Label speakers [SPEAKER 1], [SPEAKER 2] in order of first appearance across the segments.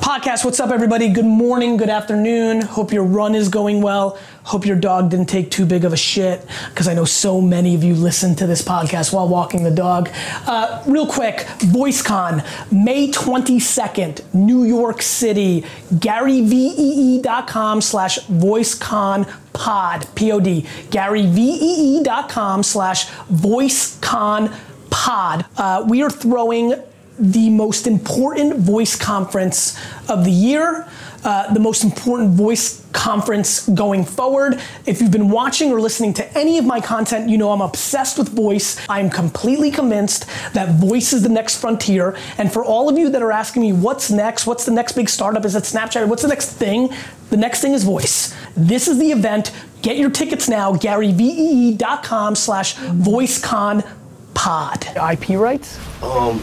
[SPEAKER 1] podcast. What's up, everybody? Good morning, good afternoon. Hope your run is going well. Hope your dog didn't take too big of a shit because I know so many of you listen to this podcast while walking the dog. Uh, real quick, VoiceCon, May 22nd, New York City, GaryVee.com slash VoiceCon pod, P-O-D, GaryVee.com slash VoiceCon pod. Uh, we are throwing the most important voice conference of the year, uh, the most important voice conference going forward. If you've been watching or listening to any of my content, you know I'm obsessed with voice. I'm completely convinced that voice is the next frontier. And for all of you that are asking me what's next, what's the next big startup? Is it Snapchat? What's the next thing? The next thing is voice. This is the event. Get your tickets now, E garyvee.com slash voicecon pod. IP rights?
[SPEAKER 2] Well,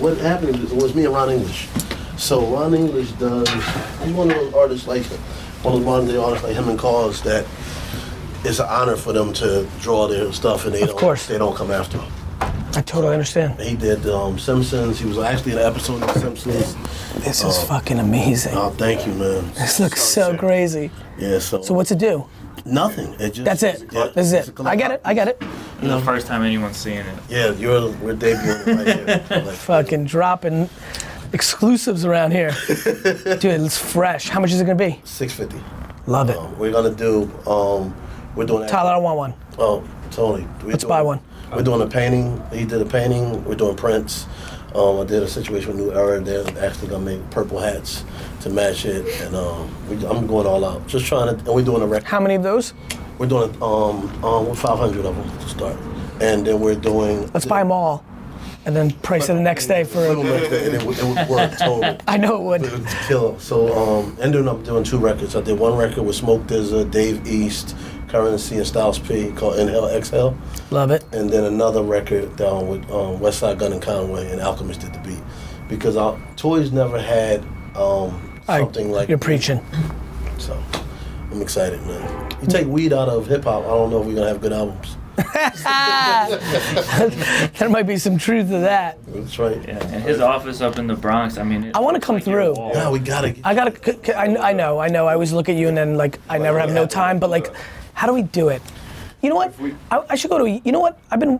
[SPEAKER 2] what happened is it was me and Ron English. So Ron English does. He's one of those artists like one of the modern day artists like him and Cause that it's an honor for them to draw their stuff and they don't
[SPEAKER 1] course.
[SPEAKER 2] they don't come after him.
[SPEAKER 1] I totally understand.
[SPEAKER 2] He did um, Simpsons. He was actually in an episode of The Simpsons.
[SPEAKER 1] This is fucking amazing.
[SPEAKER 2] Oh, thank you, man.
[SPEAKER 1] this looks so
[SPEAKER 2] Sorry, sir.
[SPEAKER 1] crazy.
[SPEAKER 2] Yeah. So,
[SPEAKER 1] So what's it do?
[SPEAKER 2] nothing? It just
[SPEAKER 1] That's it.
[SPEAKER 2] Yeah,
[SPEAKER 1] This
[SPEAKER 2] it's
[SPEAKER 1] is it.
[SPEAKER 2] a
[SPEAKER 1] I get it. I get it.
[SPEAKER 3] the first time anyone's seeing it.
[SPEAKER 2] Yeah, you're we're debuting it right here. Like,
[SPEAKER 1] Fucking dropping exclusives around here, dude. It's fresh. How much is it gonna be?
[SPEAKER 2] Six fifty.
[SPEAKER 1] Love it.
[SPEAKER 2] We're gonna do. Um, we're doing.
[SPEAKER 1] Tyler, I want one.
[SPEAKER 2] Oh, Tony.
[SPEAKER 1] Let's buy one.
[SPEAKER 2] We're doing a painting. He did a painting. We're doing prints. Um, I did a situation with New Era. They're actually gonna make purple hats to match it, and um, we, I'm going all out. Just trying to. And we're doing a record.
[SPEAKER 1] How many of those?
[SPEAKER 2] We're doing um um 500 of them to start, and then we're doing.
[SPEAKER 1] Let's buy them all, and then price it the next day for.
[SPEAKER 2] And it would, it would work total.
[SPEAKER 1] I know it
[SPEAKER 2] It
[SPEAKER 1] would.
[SPEAKER 2] was killer. So um, ended up doing two records. I did one record with Smoke Dizza, Dave East, Currency, and Styles P called Inhale Exhale.
[SPEAKER 1] Love it.
[SPEAKER 2] and then another record down with um, Westside Gun and Conway and Alchemist did the beat because our toys never had um,
[SPEAKER 1] I-
[SPEAKER 2] something like
[SPEAKER 1] you're preaching.
[SPEAKER 2] so I'm excited man you take weed out of hip hop I don't know if we're gonna have good albums
[SPEAKER 1] There might be some truth to that.
[SPEAKER 2] that's right
[SPEAKER 3] Yeah. And his office up in the Bronx, I mean, it
[SPEAKER 1] I wanna
[SPEAKER 3] looks
[SPEAKER 1] come
[SPEAKER 3] your
[SPEAKER 1] through.
[SPEAKER 3] wall.
[SPEAKER 2] now we gotta get
[SPEAKER 1] I gotta. c- c- I, I know. I know. I always look at you and then like I never have no time. But like, how do we do it? You know what? I, I should go to. a- You know what? I've been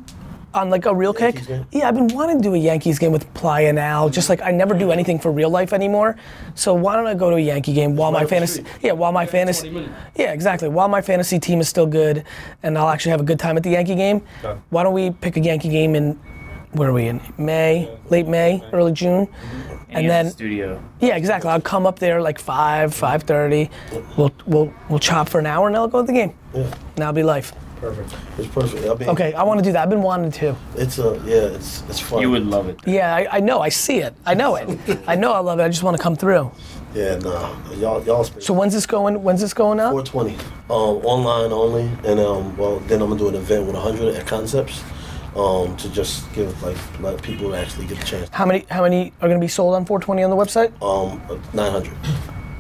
[SPEAKER 1] on like a real kick.
[SPEAKER 2] Yankees game?
[SPEAKER 1] Yeah, I've been wanting to do a Yankees game with Playa and Al. Just like I never do anything for real life anymore. So why don't I go to a Yankee game while my
[SPEAKER 2] up the
[SPEAKER 1] fantasy?
[SPEAKER 2] street.
[SPEAKER 1] Yeah, while my fantasy. Yeah, exactly. While my fantasy team is still good, and I'll actually have a good time at the Yankee game. Why don't we pick a Yankee game in? Where are we in May? Late May, early June,
[SPEAKER 3] he
[SPEAKER 1] and
[SPEAKER 3] has a
[SPEAKER 1] then
[SPEAKER 3] studio.
[SPEAKER 1] yeah, exactly. I'll come up there like five, five thirty. We'll we'll we'll chop for an hour and I'll go to the game.
[SPEAKER 2] yeah
[SPEAKER 1] And that'll be life.
[SPEAKER 2] perfect it's perfect I mean
[SPEAKER 1] Okay, I want to do that. I've been wanting to.
[SPEAKER 2] it's a yeah it's it's fun
[SPEAKER 3] You would love it.
[SPEAKER 1] Yeah, I, I know. I see it. I know it. I know. I love it. I just want to come through.
[SPEAKER 2] yeah nah y'all y'all space
[SPEAKER 1] So when's this going? When's this going up?
[SPEAKER 2] 420 um, online only and um, well then I'm gonna do an event with 100 at Concepts um, to just give like let people actually get a chance
[SPEAKER 1] How many how many are going to be sold on 420 on the website?
[SPEAKER 2] um, 900.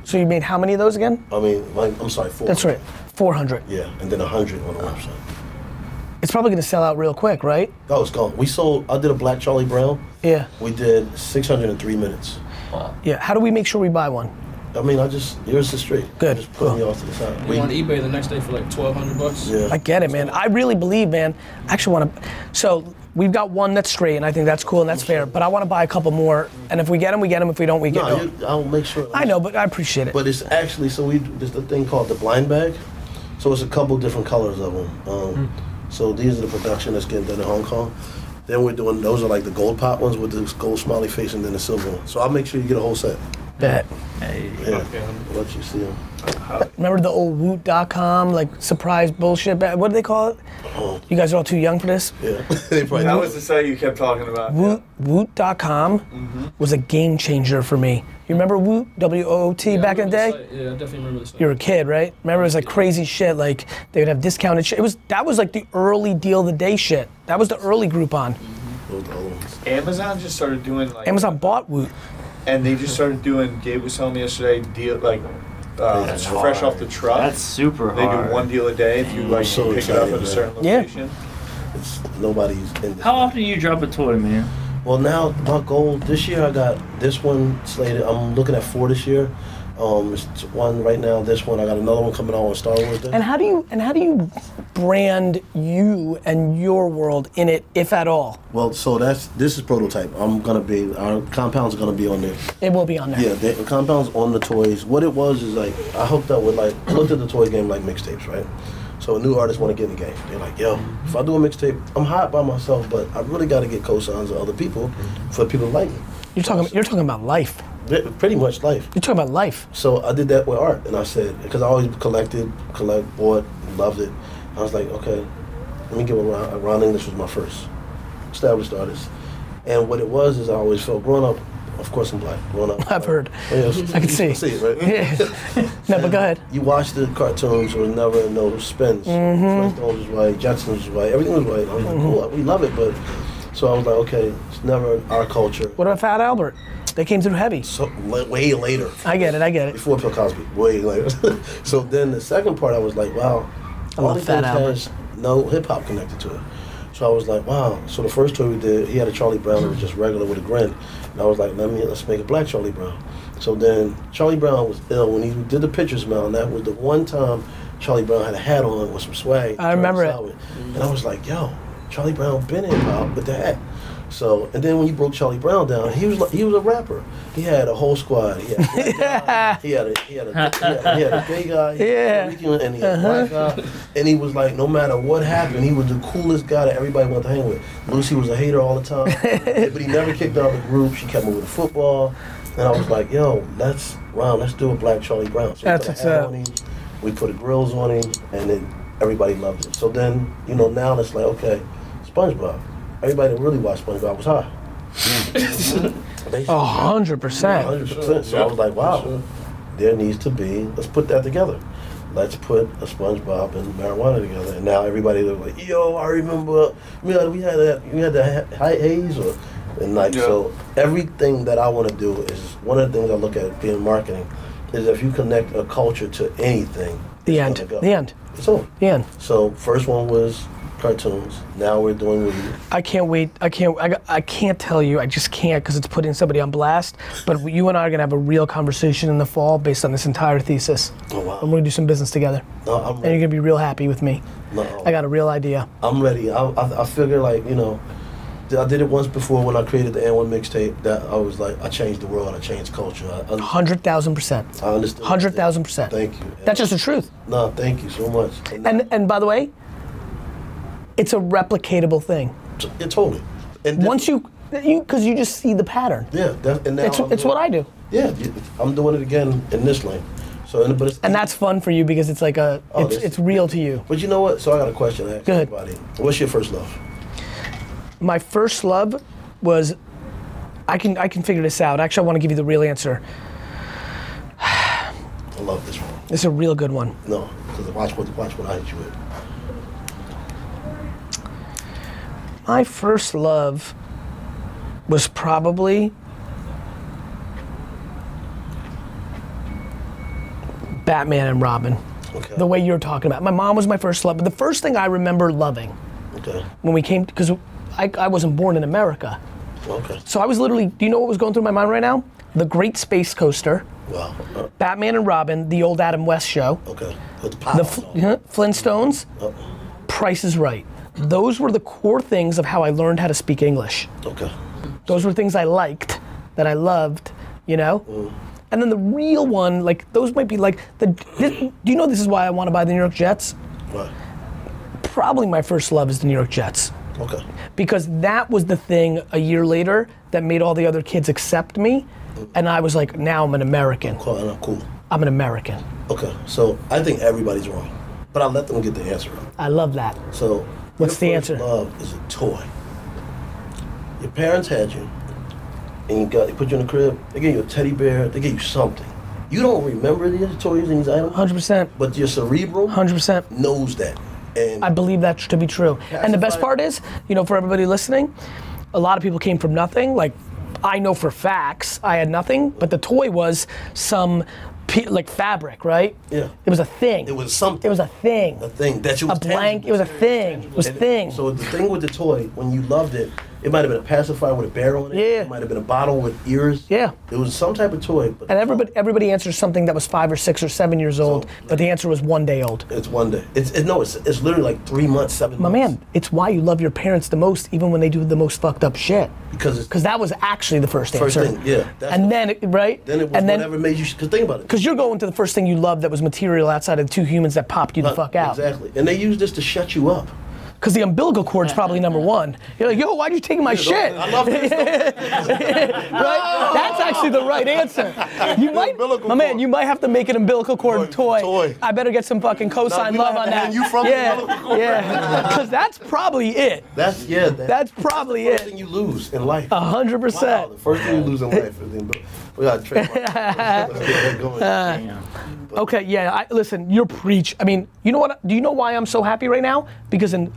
[SPEAKER 1] So you made how many of those again?
[SPEAKER 2] I mean, like, I'm sorry, four.
[SPEAKER 1] That's right, 400.
[SPEAKER 2] Yeah, and then 100 on the website.
[SPEAKER 1] It's probably going to sell out real quick, right?
[SPEAKER 2] That was gone. We sold, I did a Black Charlie Brown.
[SPEAKER 1] Yeah.
[SPEAKER 2] We did 603 minutes.
[SPEAKER 1] Yeah. How do we make sure we buy one?
[SPEAKER 2] I mean, I just, here's the street.
[SPEAKER 1] Good,
[SPEAKER 2] Just putting
[SPEAKER 1] cool.
[SPEAKER 2] y'all to the side.
[SPEAKER 4] on
[SPEAKER 2] We,
[SPEAKER 4] eBay the next day for like twelve hundred bucks.
[SPEAKER 2] yeah.
[SPEAKER 1] I get it, man. I really believe, man. I actually want to. So we've got one that's straight, and I think that's cool and that's fair. But I want to buy a couple more, and if we get them, we get them. If we don't, we get
[SPEAKER 2] no,
[SPEAKER 1] them.
[SPEAKER 2] you- I'll make sure.
[SPEAKER 1] I know, but I appreciate it.
[SPEAKER 2] But it's actually, so we, there's the thing called the blind bag. So it's a couple different colors of them. Um,
[SPEAKER 1] Hmm.
[SPEAKER 2] So these are the production that's getting done in Hong Kong. Then we're doing, those are like the gold pot ones with the gold smiley face and then the silver one. So I'll make sure you get a whole set.
[SPEAKER 1] Bet.
[SPEAKER 3] Hey,
[SPEAKER 2] Yeah. Let you see them.
[SPEAKER 1] Remember the old Woot.com like surprise bullshit? ba- What do they call it?
[SPEAKER 2] Oh.
[SPEAKER 1] You guys are all too young for this.
[SPEAKER 2] Yeah. they probably
[SPEAKER 5] That was the site you kept talking about.
[SPEAKER 1] Woot, Woot.com
[SPEAKER 2] Mm-hmm.
[SPEAKER 1] was a game changer for me. You remember Woot, W O O T,
[SPEAKER 4] I
[SPEAKER 1] back in the
[SPEAKER 4] remember
[SPEAKER 1] day?
[SPEAKER 4] this site. Yeah, I definitely remember this.
[SPEAKER 1] you were a kid, right? Remember it was like crazy shit. Like they would have discounted shit. It was that was like the early deal of the day shit. That was the early Groupon.
[SPEAKER 2] Those are the old ones.
[SPEAKER 5] Amazon just started doing like
[SPEAKER 1] Amazon bought Woot.
[SPEAKER 5] and they just started doing. Gabe was telling me yesterday, deal like uh,
[SPEAKER 2] That's
[SPEAKER 5] fresh
[SPEAKER 3] hard.
[SPEAKER 5] off the truck.
[SPEAKER 3] That's super
[SPEAKER 5] they
[SPEAKER 3] hard.
[SPEAKER 5] do one deal a day if you like
[SPEAKER 2] so
[SPEAKER 5] pick it up
[SPEAKER 2] excited,
[SPEAKER 5] at a certain
[SPEAKER 1] Yeah.
[SPEAKER 5] location.
[SPEAKER 2] It's nobody's in this.
[SPEAKER 3] How often do you drop a toy, man?
[SPEAKER 2] Well, now my goal this year, I got this one slated. I'm looking at four this year. Um, it's one right now. This one, I got another one coming out on Star Wars Day.
[SPEAKER 1] And how do you and how do you brand you and your world in it, if at all?
[SPEAKER 2] well, so that's this is prototype. I'm gonna be our compounds are gonna be on there.
[SPEAKER 1] It will be on there.
[SPEAKER 2] Yeah, the the compounds on the toys. What it was is like I hooked up with like I looked at the toy game like mixtapes, right? So a new artist want to get in the game. They're like, yo, if I do a mixtape, I'm hot by myself, but I really got to get cosigns of other people for people to like me.
[SPEAKER 1] You're talking. You're talking about life.
[SPEAKER 2] Pre- Pretty much life.
[SPEAKER 1] You're talking about life.
[SPEAKER 2] So I did that with art, and I said because I always collected, collect, bought, loved it. I was like, okay, let me give a Ron, Ron English was my first established artist, and what it was is I always felt growing up. Of course, I'm black. Growing up,
[SPEAKER 1] I've heard.
[SPEAKER 2] Yes.
[SPEAKER 1] I can see.
[SPEAKER 2] see it, right?
[SPEAKER 1] Yeah. no, but go ahead.
[SPEAKER 2] You watch the cartoons, or never know who spins.
[SPEAKER 1] Mm-hmm.
[SPEAKER 2] Flintstones was white, Jackson was white, everything was white. I was like, cool, we love it, but so I was like, okay, it's never our culture.
[SPEAKER 1] What about Fat Albert? They came through heavy.
[SPEAKER 2] So la- way later.
[SPEAKER 1] I get it. I get it.
[SPEAKER 2] before Bill Cosby, way later. so then the second part, I was like, wow,
[SPEAKER 1] I love
[SPEAKER 2] these
[SPEAKER 1] Fat
[SPEAKER 2] things
[SPEAKER 1] Albert.
[SPEAKER 2] has no hip hop connected to it. So I was like, wow. So the first toy we did, he had a Charlie Brown that was just regular with a grin, and I was like, let me let's make a black Charlie Brown. So then Charlie Brown was ill when he did the pictures, man. That was the one time Charlie Brown had a hat on with some swag.
[SPEAKER 1] I remember it.
[SPEAKER 2] And I was like, yo, Charlie Brown been in pop with the hat. So and then when you broke Charlie Brown down, he was like, he was a rapper. He had a whole squad. He had black guy, he had a he had a, he had a, he had a gay guy, he
[SPEAKER 1] Yeah.
[SPEAKER 2] had a Puerto Rican, and he had a black guy. And he was like, no matter what happened, he was the coolest guy that everybody wanted to hang with. Lucy was a hater all the time, but he never kicked out of the group. She kept moving the football, and I was like, yo, let's Ron, let's do a black Charlie Brown. So we
[SPEAKER 1] That's
[SPEAKER 2] put a
[SPEAKER 1] what's
[SPEAKER 2] hat
[SPEAKER 1] up.
[SPEAKER 2] on him, We put the grills on him, and then everybody loved it. So then you know now it's like okay, SpongeBob. Everybody that really watched SpongeBob was high. They-
[SPEAKER 1] A hundred percent.
[SPEAKER 2] hundred percent. So I was like, wow, there needs to be. Let's put that together. Let's put a SpongeBob and marijuana together. And now everybody was like, yo, I remember. We had we had that we had that high haze or and like
[SPEAKER 5] Yeah.
[SPEAKER 2] so. Everything that I want to do is one of the things I look at being marketing is if you connect a culture to anything.
[SPEAKER 1] The
[SPEAKER 2] it's
[SPEAKER 1] end.
[SPEAKER 2] gonna go.
[SPEAKER 1] The end.
[SPEAKER 2] It's over.
[SPEAKER 1] The end.
[SPEAKER 2] So first one was cartoons. Now we're doing weed.
[SPEAKER 1] I can't wait. I can't. I, got- I can't tell you. I just can't because it's putting somebody on blast. But you and I are gonna have a real conversation in the fall based on this entire thesis.
[SPEAKER 2] Oh wow.
[SPEAKER 1] I'm gonna do some business together,
[SPEAKER 2] no, I'm
[SPEAKER 1] and you're
[SPEAKER 2] ready.
[SPEAKER 1] gonna be real happy with me.
[SPEAKER 2] No.
[SPEAKER 1] I got a real idea.
[SPEAKER 2] I'm ready. I, I, I figure like you know, th- I did it once before when I created the N1 mixtape. That I was like, I changed the world. I changed culture. I, I,
[SPEAKER 1] Hundred thousand percent.
[SPEAKER 2] I understood.
[SPEAKER 1] Hundred thousand percent.
[SPEAKER 2] Thank you.
[SPEAKER 1] That's just the truth.
[SPEAKER 2] no. Thank you so much. And,
[SPEAKER 1] And and by the way, it's a replicatable thing.
[SPEAKER 2] t- yeah, totally. And this-
[SPEAKER 1] Once you, you because you just see the pattern.
[SPEAKER 2] yeah, that, and now
[SPEAKER 1] It's,
[SPEAKER 2] I'm
[SPEAKER 1] it's
[SPEAKER 2] doing-
[SPEAKER 1] what I do,
[SPEAKER 2] Yeah, you- I'm doing it again in this lane. So, and, but it's,
[SPEAKER 1] and that's fun for you because it's like a,
[SPEAKER 2] Oh,
[SPEAKER 1] it's
[SPEAKER 2] this-
[SPEAKER 1] it's real to you.
[SPEAKER 2] But you know what? So I got a question. I asked
[SPEAKER 1] Go ahead.
[SPEAKER 2] everybody. What's your first love?
[SPEAKER 1] My first love was, I can I can figure this out. Actually, I want to give you the real answer.
[SPEAKER 2] I love this one.
[SPEAKER 1] This is a real good one.
[SPEAKER 2] No, because watch what watch what I hit you with.
[SPEAKER 1] My first love was probably Batman and Robin.
[SPEAKER 2] Okay.
[SPEAKER 1] The way you're talking about. My mom was my first love, but the first thing I remember loving
[SPEAKER 2] Okay.
[SPEAKER 1] when we came because I, I wasn't born in America.
[SPEAKER 2] Okay.
[SPEAKER 1] So I was literally, do you know what was going through my mind right now? The Great Space Coaster,
[SPEAKER 2] Wow. Uh,
[SPEAKER 1] Batman and Robin, the old Adam West show,
[SPEAKER 2] okay. With
[SPEAKER 1] the
[SPEAKER 2] the power.
[SPEAKER 1] Fl- huh, Flintstones, Price is Right. Those were the core things of how I learned how to speak English.
[SPEAKER 2] okay.
[SPEAKER 1] Those were things I liked, that I loved, you know? And then the real one, like those might be like the. This, do you know this is why I want to buy the New York Jets?
[SPEAKER 2] Right.
[SPEAKER 1] Probably my first love is the New York Jets.
[SPEAKER 2] Okay.
[SPEAKER 1] because that was the thing a year later that made all the other kids accept me and i was like now i'm an american
[SPEAKER 2] Cool, and I'm cool.
[SPEAKER 1] i'm an american
[SPEAKER 2] Okay, so I think everybody's wrong, but I let them get the answer out.
[SPEAKER 1] i love that
[SPEAKER 2] So,
[SPEAKER 1] What's the
[SPEAKER 2] your first
[SPEAKER 1] answer?
[SPEAKER 2] Love is a toy. Your parents had you, and you got they put you in the crib. They gave you a teddy bear. They gave you something. You don't remember these toys and these items,
[SPEAKER 1] 100%
[SPEAKER 2] but your cerebral
[SPEAKER 1] 100%
[SPEAKER 2] knows that. And
[SPEAKER 1] i believe that to be true and the best part is you know for everybody listening a lot of people came from nothing like i know for facts i had nothing but the toy was some pe- like fabric right
[SPEAKER 2] Yeah.
[SPEAKER 1] it was a thing
[SPEAKER 2] it was something.
[SPEAKER 1] it was a thing
[SPEAKER 2] a thing that you
[SPEAKER 1] a blank it was a thing it was
[SPEAKER 2] And
[SPEAKER 1] thing
[SPEAKER 2] So the thing with the toy, when you loved it, It might have been a pacifier with a barrel in it.
[SPEAKER 1] Yeah.
[SPEAKER 2] It might have been a bottle with ears.
[SPEAKER 1] Yeah.
[SPEAKER 2] It was some type of toy. But
[SPEAKER 1] And everybody, everybody answered something that was five or six or seven years old, but the answer was one day old.
[SPEAKER 2] It's one day. It's it, no. It's it's literally like three months, seven.
[SPEAKER 1] My
[SPEAKER 2] months.
[SPEAKER 1] man, it's why you love your parents the most, even when they do the most fucked up shit.
[SPEAKER 2] Because it's
[SPEAKER 1] Because that was actually the first,
[SPEAKER 2] first
[SPEAKER 1] answer.
[SPEAKER 2] thing. Yeah. That's
[SPEAKER 1] And then, it- right?
[SPEAKER 2] then it was
[SPEAKER 1] and then,
[SPEAKER 2] whatever made you. Because think about it.
[SPEAKER 1] Because you're going to the first thing you loved that was material outside of the two humans that popped you the fuck out.
[SPEAKER 2] Exactly. And they use this to shut you up.
[SPEAKER 1] Because the umbilical cord's probably number one. You're like, yo, why'd you take my shit?
[SPEAKER 2] I love this.
[SPEAKER 1] right? That's actually the right answer. You might, my
[SPEAKER 2] umbilical
[SPEAKER 1] man,
[SPEAKER 2] cord.
[SPEAKER 1] you might have to make an umbilical cord toy.
[SPEAKER 2] Toy, toy.
[SPEAKER 1] I better get some fucking cosine
[SPEAKER 2] we might
[SPEAKER 1] love
[SPEAKER 2] have
[SPEAKER 1] on
[SPEAKER 2] to
[SPEAKER 1] that.
[SPEAKER 2] hang you from the
[SPEAKER 1] yeah,
[SPEAKER 2] umbilical cord.
[SPEAKER 1] yeah. Because that's probably it.
[SPEAKER 2] That's yeah. That,
[SPEAKER 1] That's probably
[SPEAKER 2] first thing
[SPEAKER 1] it.
[SPEAKER 2] you lose in life.
[SPEAKER 1] A hundred
[SPEAKER 2] Wow,
[SPEAKER 1] percent.
[SPEAKER 2] the first thing you lose in life is in, we got trademark. Let's get that going.
[SPEAKER 3] Damn.
[SPEAKER 1] Okay, yeah. I, listen, you're preach. I mean, you know what? Do you know why I'm so happy right now? Because in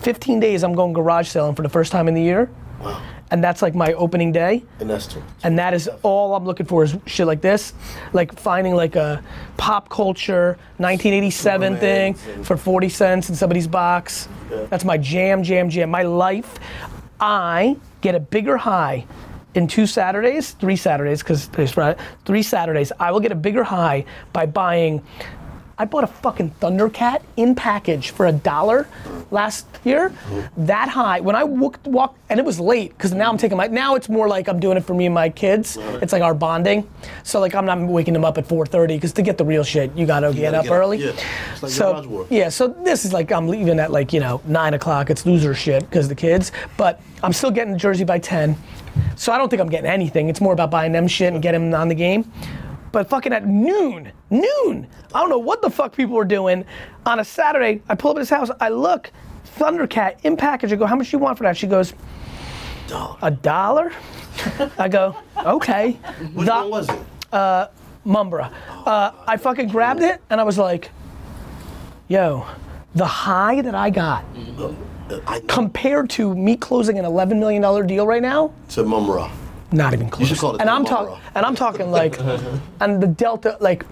[SPEAKER 1] 15 days, I'm going garage selling for the first time in the year. Wow. And that's like my opening day.
[SPEAKER 2] and that's true.
[SPEAKER 1] and that is all I'm looking for is shit like this, like finding like a pop culture 1987 thing
[SPEAKER 2] Supermans and-
[SPEAKER 1] for 40 cents in somebody's box. That's my jam, jam, jam. My life, I get a bigger high in two Saturdays, three Saturdays, because there's Friday, three Saturdays. I will get a bigger high by buying. I bought a fucking Thundercat in package for a dollar last year. That high. When I walked, walked and it was late because now I'm taking my. Now it's more like I'm doing it for me and my kids. It's like our bonding. So like I'm not waking them up at 4:30 because to get the real shit, you gotta get
[SPEAKER 2] gotta
[SPEAKER 1] up
[SPEAKER 2] get up,
[SPEAKER 1] early.
[SPEAKER 2] yeah. It's like garage
[SPEAKER 1] so
[SPEAKER 2] war.
[SPEAKER 1] yeah. So this is like I'm leaving at like you know nine o'clock. It's loser shit because the kids. But I'm still getting the jersey by 10. So I don't think I'm getting anything. It's more about buying them shit and getting them on the game. But fucking at noon, noon, I don't know what the fuck people were doing. On a Saturday, I pull up at his house, I look, Thundercat in package. I go, how much do you want for that? She goes, a dollar? I go, okay.
[SPEAKER 2] Which
[SPEAKER 1] The-
[SPEAKER 2] one was it?
[SPEAKER 1] Mumbra. Uh, I fucking grabbed it and I was like, yo, the high that I got
[SPEAKER 2] I know.
[SPEAKER 1] compared to me closing an $11 million deal right now,
[SPEAKER 2] to Mumra.
[SPEAKER 1] not even close.
[SPEAKER 2] should call it
[SPEAKER 1] and
[SPEAKER 2] the
[SPEAKER 1] I'm
[SPEAKER 2] Marlboro.
[SPEAKER 1] talking, and I'm talking like, and the delta, like,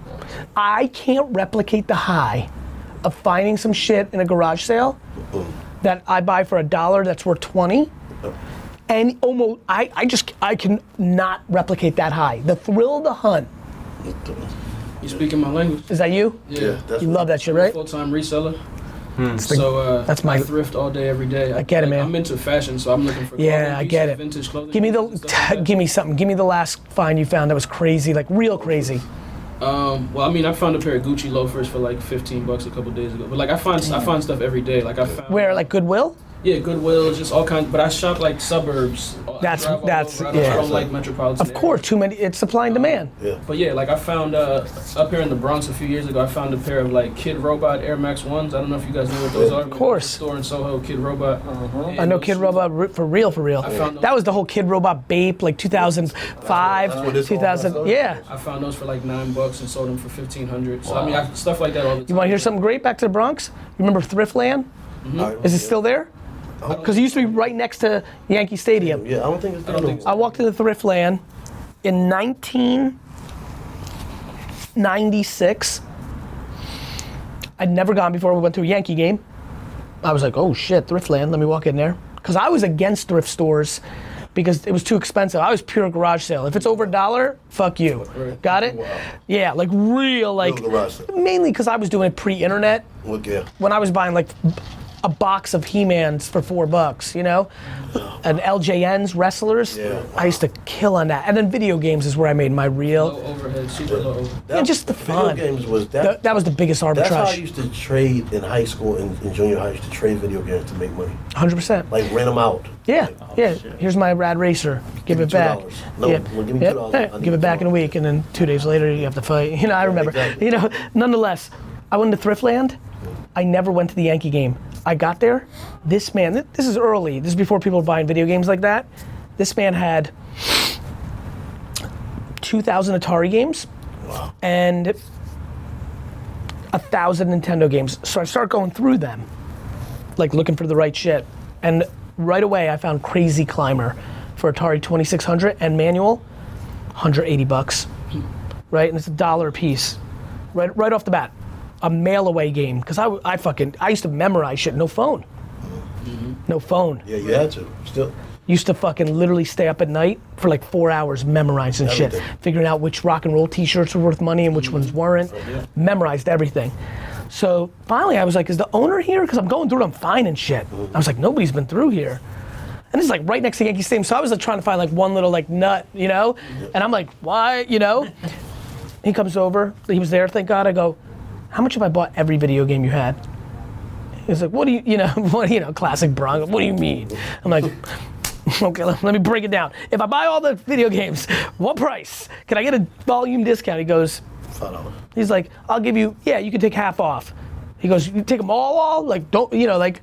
[SPEAKER 1] I can't replicate the high of finding some shit in a garage sale that I buy for a dollar that's worth twenty. And almost, I, I just, I can not replicate that high. The thrill of the hunt.
[SPEAKER 4] You speaking my language?
[SPEAKER 1] Is that you?
[SPEAKER 2] Yeah, that's
[SPEAKER 1] You love that shit, right?
[SPEAKER 4] Full time reseller. So uh,
[SPEAKER 1] That's my-
[SPEAKER 4] I thrift all day, every day. I,
[SPEAKER 1] get it,
[SPEAKER 4] like,
[SPEAKER 1] man.
[SPEAKER 4] I'm into fashion, so I'm looking for.
[SPEAKER 1] Yeah,
[SPEAKER 4] clothing
[SPEAKER 1] I
[SPEAKER 4] pieces,
[SPEAKER 1] get it.
[SPEAKER 4] Vintage clothing.
[SPEAKER 1] Give me
[SPEAKER 4] pieces
[SPEAKER 1] the,
[SPEAKER 4] and stuff like that.
[SPEAKER 1] give me something. Give me the last find you found that was crazy, like real crazy.
[SPEAKER 4] Um, well, I mean, I found a pair of Gucci loafers for like 15 bucks a couple days ago. But like, I find I find stuff every day. Like I found
[SPEAKER 1] Where like Goodwill?
[SPEAKER 4] yeah, Goodwill, just all kinds. But I shop like suburbs. I
[SPEAKER 1] That's-
[SPEAKER 4] drive all
[SPEAKER 1] that's-
[SPEAKER 4] over. I don't-
[SPEAKER 1] yeah.
[SPEAKER 4] I don't like metropolitan.
[SPEAKER 1] Of
[SPEAKER 4] areas.
[SPEAKER 1] course, too many. It's supply and demand.
[SPEAKER 4] But yeah, like I found uh, up here in the Bronx a few years ago, I found a pair of like Kid Robot Air Max Ones. I don't know if you guys know what those are. Of
[SPEAKER 1] course.
[SPEAKER 4] Store in Soho, Kid Robot. And
[SPEAKER 1] I know
[SPEAKER 4] those
[SPEAKER 1] Oh, Kid
[SPEAKER 4] shoes-
[SPEAKER 1] Robot re- for real, for real.
[SPEAKER 4] found those-
[SPEAKER 1] That was the whole Kid Robot Bape, like 2005,
[SPEAKER 2] what it's all
[SPEAKER 1] 2000.
[SPEAKER 2] about.
[SPEAKER 1] Yeah.
[SPEAKER 4] I found those for like nine bucks and sold them for fifteen hundred. So I mean, I, stuff like that all the time.
[SPEAKER 1] You want to hear something great? Back to the Bronx. You remember Thriftland?
[SPEAKER 4] Mm-hmm.
[SPEAKER 1] Is it still there?
[SPEAKER 2] Oh.
[SPEAKER 1] Because it used to be right next to Yankee Stadium.
[SPEAKER 2] Yeah, I don't think it's. I
[SPEAKER 4] don't think so.
[SPEAKER 1] I walked into Thriftland in 1996. I'd never gone before. We went to a Yankee game. I was like, oh shit, Thriftland, let me walk in there. Because I was against thrift stores because it was too expensive. I was pure garage sale. If it's over a dollar, fuck you. Got it? Yeah, like real, like
[SPEAKER 2] garage sale.
[SPEAKER 1] mainly because I was doing it pre internet
[SPEAKER 2] Well, yeah.
[SPEAKER 1] when I was buying like a box of He-Mans for four bucks, you know, and LJN's wrestlers.
[SPEAKER 2] Yeah.
[SPEAKER 1] I used to kill on that. And then video games is where I made my
[SPEAKER 4] Low
[SPEAKER 1] real.
[SPEAKER 4] overhead, super low. Overhead.
[SPEAKER 2] That-
[SPEAKER 1] Yeah, just the
[SPEAKER 2] video
[SPEAKER 1] fun.
[SPEAKER 2] games was that.
[SPEAKER 1] That, that was the biggest
[SPEAKER 2] that's how I
[SPEAKER 1] arbitrage.
[SPEAKER 2] used to trade in high school and in junior high. I used to trade video games to make money.
[SPEAKER 1] 100%.
[SPEAKER 2] Like rent them out.
[SPEAKER 1] yeah, yeah.
[SPEAKER 3] shit.
[SPEAKER 1] Here's my rad racer. Give,
[SPEAKER 2] Give me
[SPEAKER 1] it back.
[SPEAKER 2] $2. No,
[SPEAKER 1] yeah.
[SPEAKER 2] well, give me
[SPEAKER 1] yeah.
[SPEAKER 2] $2.
[SPEAKER 1] yeah,
[SPEAKER 2] I need
[SPEAKER 1] Give it back in a
[SPEAKER 2] $2.
[SPEAKER 1] week, and then two days later you have to fight. You know, I remember.
[SPEAKER 2] exactly.
[SPEAKER 1] You know, nonetheless, I went to Thriftland. I never went to the Yankee game. I got there. This man, th- this is early. This is before people were buying video games like that. This man had 2,000 Atari games and a thousand Nintendo games. So I start going through them, like looking for the right shit. And right away, I found Crazy Climber for Atari 2600 and manual, 180 bucks, right? And it's a dollar a piece, right? Right off the bat, a mail away game because I, w- I fucking I used to memorize shit. No phone, no phone.
[SPEAKER 2] Yeah, you had to. Still.
[SPEAKER 1] Used to fucking literally stay up at night for like four hours memorizing shit,
[SPEAKER 2] Everything.
[SPEAKER 1] figuring out which rock and roll T-shirts were worth money and which ones weren't. Memorized everything. So finally, I was like, "Is the owner here?" Because I'm going through it, I'm finding shit. I was like, "Nobody's been through here." and this is like right next to Yankee Stadium. So I was like trying to find like one little like nut, you know, and I'm like, why, you know? he comes over. He was there. Thank God. I go, how much have I bought every video game you had? He's like, what do you, you know, what you know, classic Bronco. What do you mean? I'm like. Okay, let, let me break it down. If I buy all the video games, what price? Can I get a volume discount? He goes,
[SPEAKER 2] Five dollars.
[SPEAKER 1] He's like, I'll give you, yeah, you can take half off. He goes, you take them all, all? Like, don't, you know, like,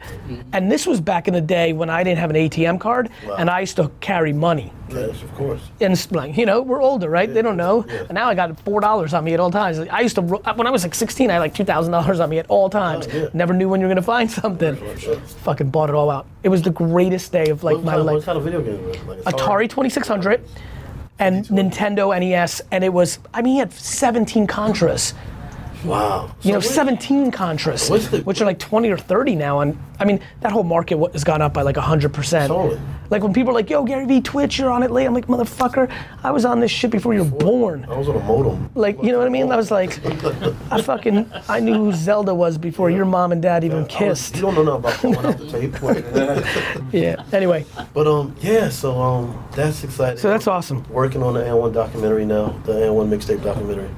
[SPEAKER 1] and this was back in the day when I didn't have an ATM card
[SPEAKER 2] Mm-hmm. Wow.
[SPEAKER 1] and I used to carry money.
[SPEAKER 2] Yes, of course.
[SPEAKER 1] And it's like, you know, we're older, right? They don't know.
[SPEAKER 2] Yeah.
[SPEAKER 1] And now I got $4 on me at all times. Like, I used to, ro- when I was like 16, I had like $2,000 on me at all times.
[SPEAKER 2] Oh, yeah.
[SPEAKER 1] Never knew when you were gonna find something. Fucking bought it all out. It was the greatest day of like
[SPEAKER 2] What
[SPEAKER 1] my
[SPEAKER 2] kind, of,
[SPEAKER 1] life.
[SPEAKER 2] what kind of video game was it? Like
[SPEAKER 1] Atari 2600 and Nintendo NES, and it was, I mean, he had 17 Contras.
[SPEAKER 2] Wow.
[SPEAKER 1] You know,
[SPEAKER 2] So what-
[SPEAKER 1] 17 Contras,
[SPEAKER 2] What's the-
[SPEAKER 1] which are like 20 or 30 now. And I mean, that whole market wa- has gone up by like 100%.
[SPEAKER 2] Totally.
[SPEAKER 1] Like when people are like, yo, Gary Vee, Twitch, you're on it late. I'm like, motherfucker, I was on this shit before you were born.
[SPEAKER 2] I was on a modem.
[SPEAKER 1] Like, you know what I mean? I was like, I fucking, I knew who Zelda was before your mom and dad even
[SPEAKER 2] I was-
[SPEAKER 1] kissed.
[SPEAKER 2] You don't know nothing about pulling out the tape.
[SPEAKER 1] Yeah. Anyway,
[SPEAKER 2] but um, yeah. So um, that's exciting.
[SPEAKER 1] so that's awesome.
[SPEAKER 2] Working on the N1 documentary now, the N1 mixtape documentary.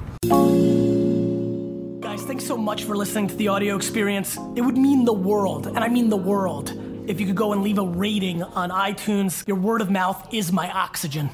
[SPEAKER 1] Guys, thanks so much for listening to the audio experience. It would mean the world, and I mean the world, if you could go and leave a rating on iTunes. Your word of mouth is my oxygen.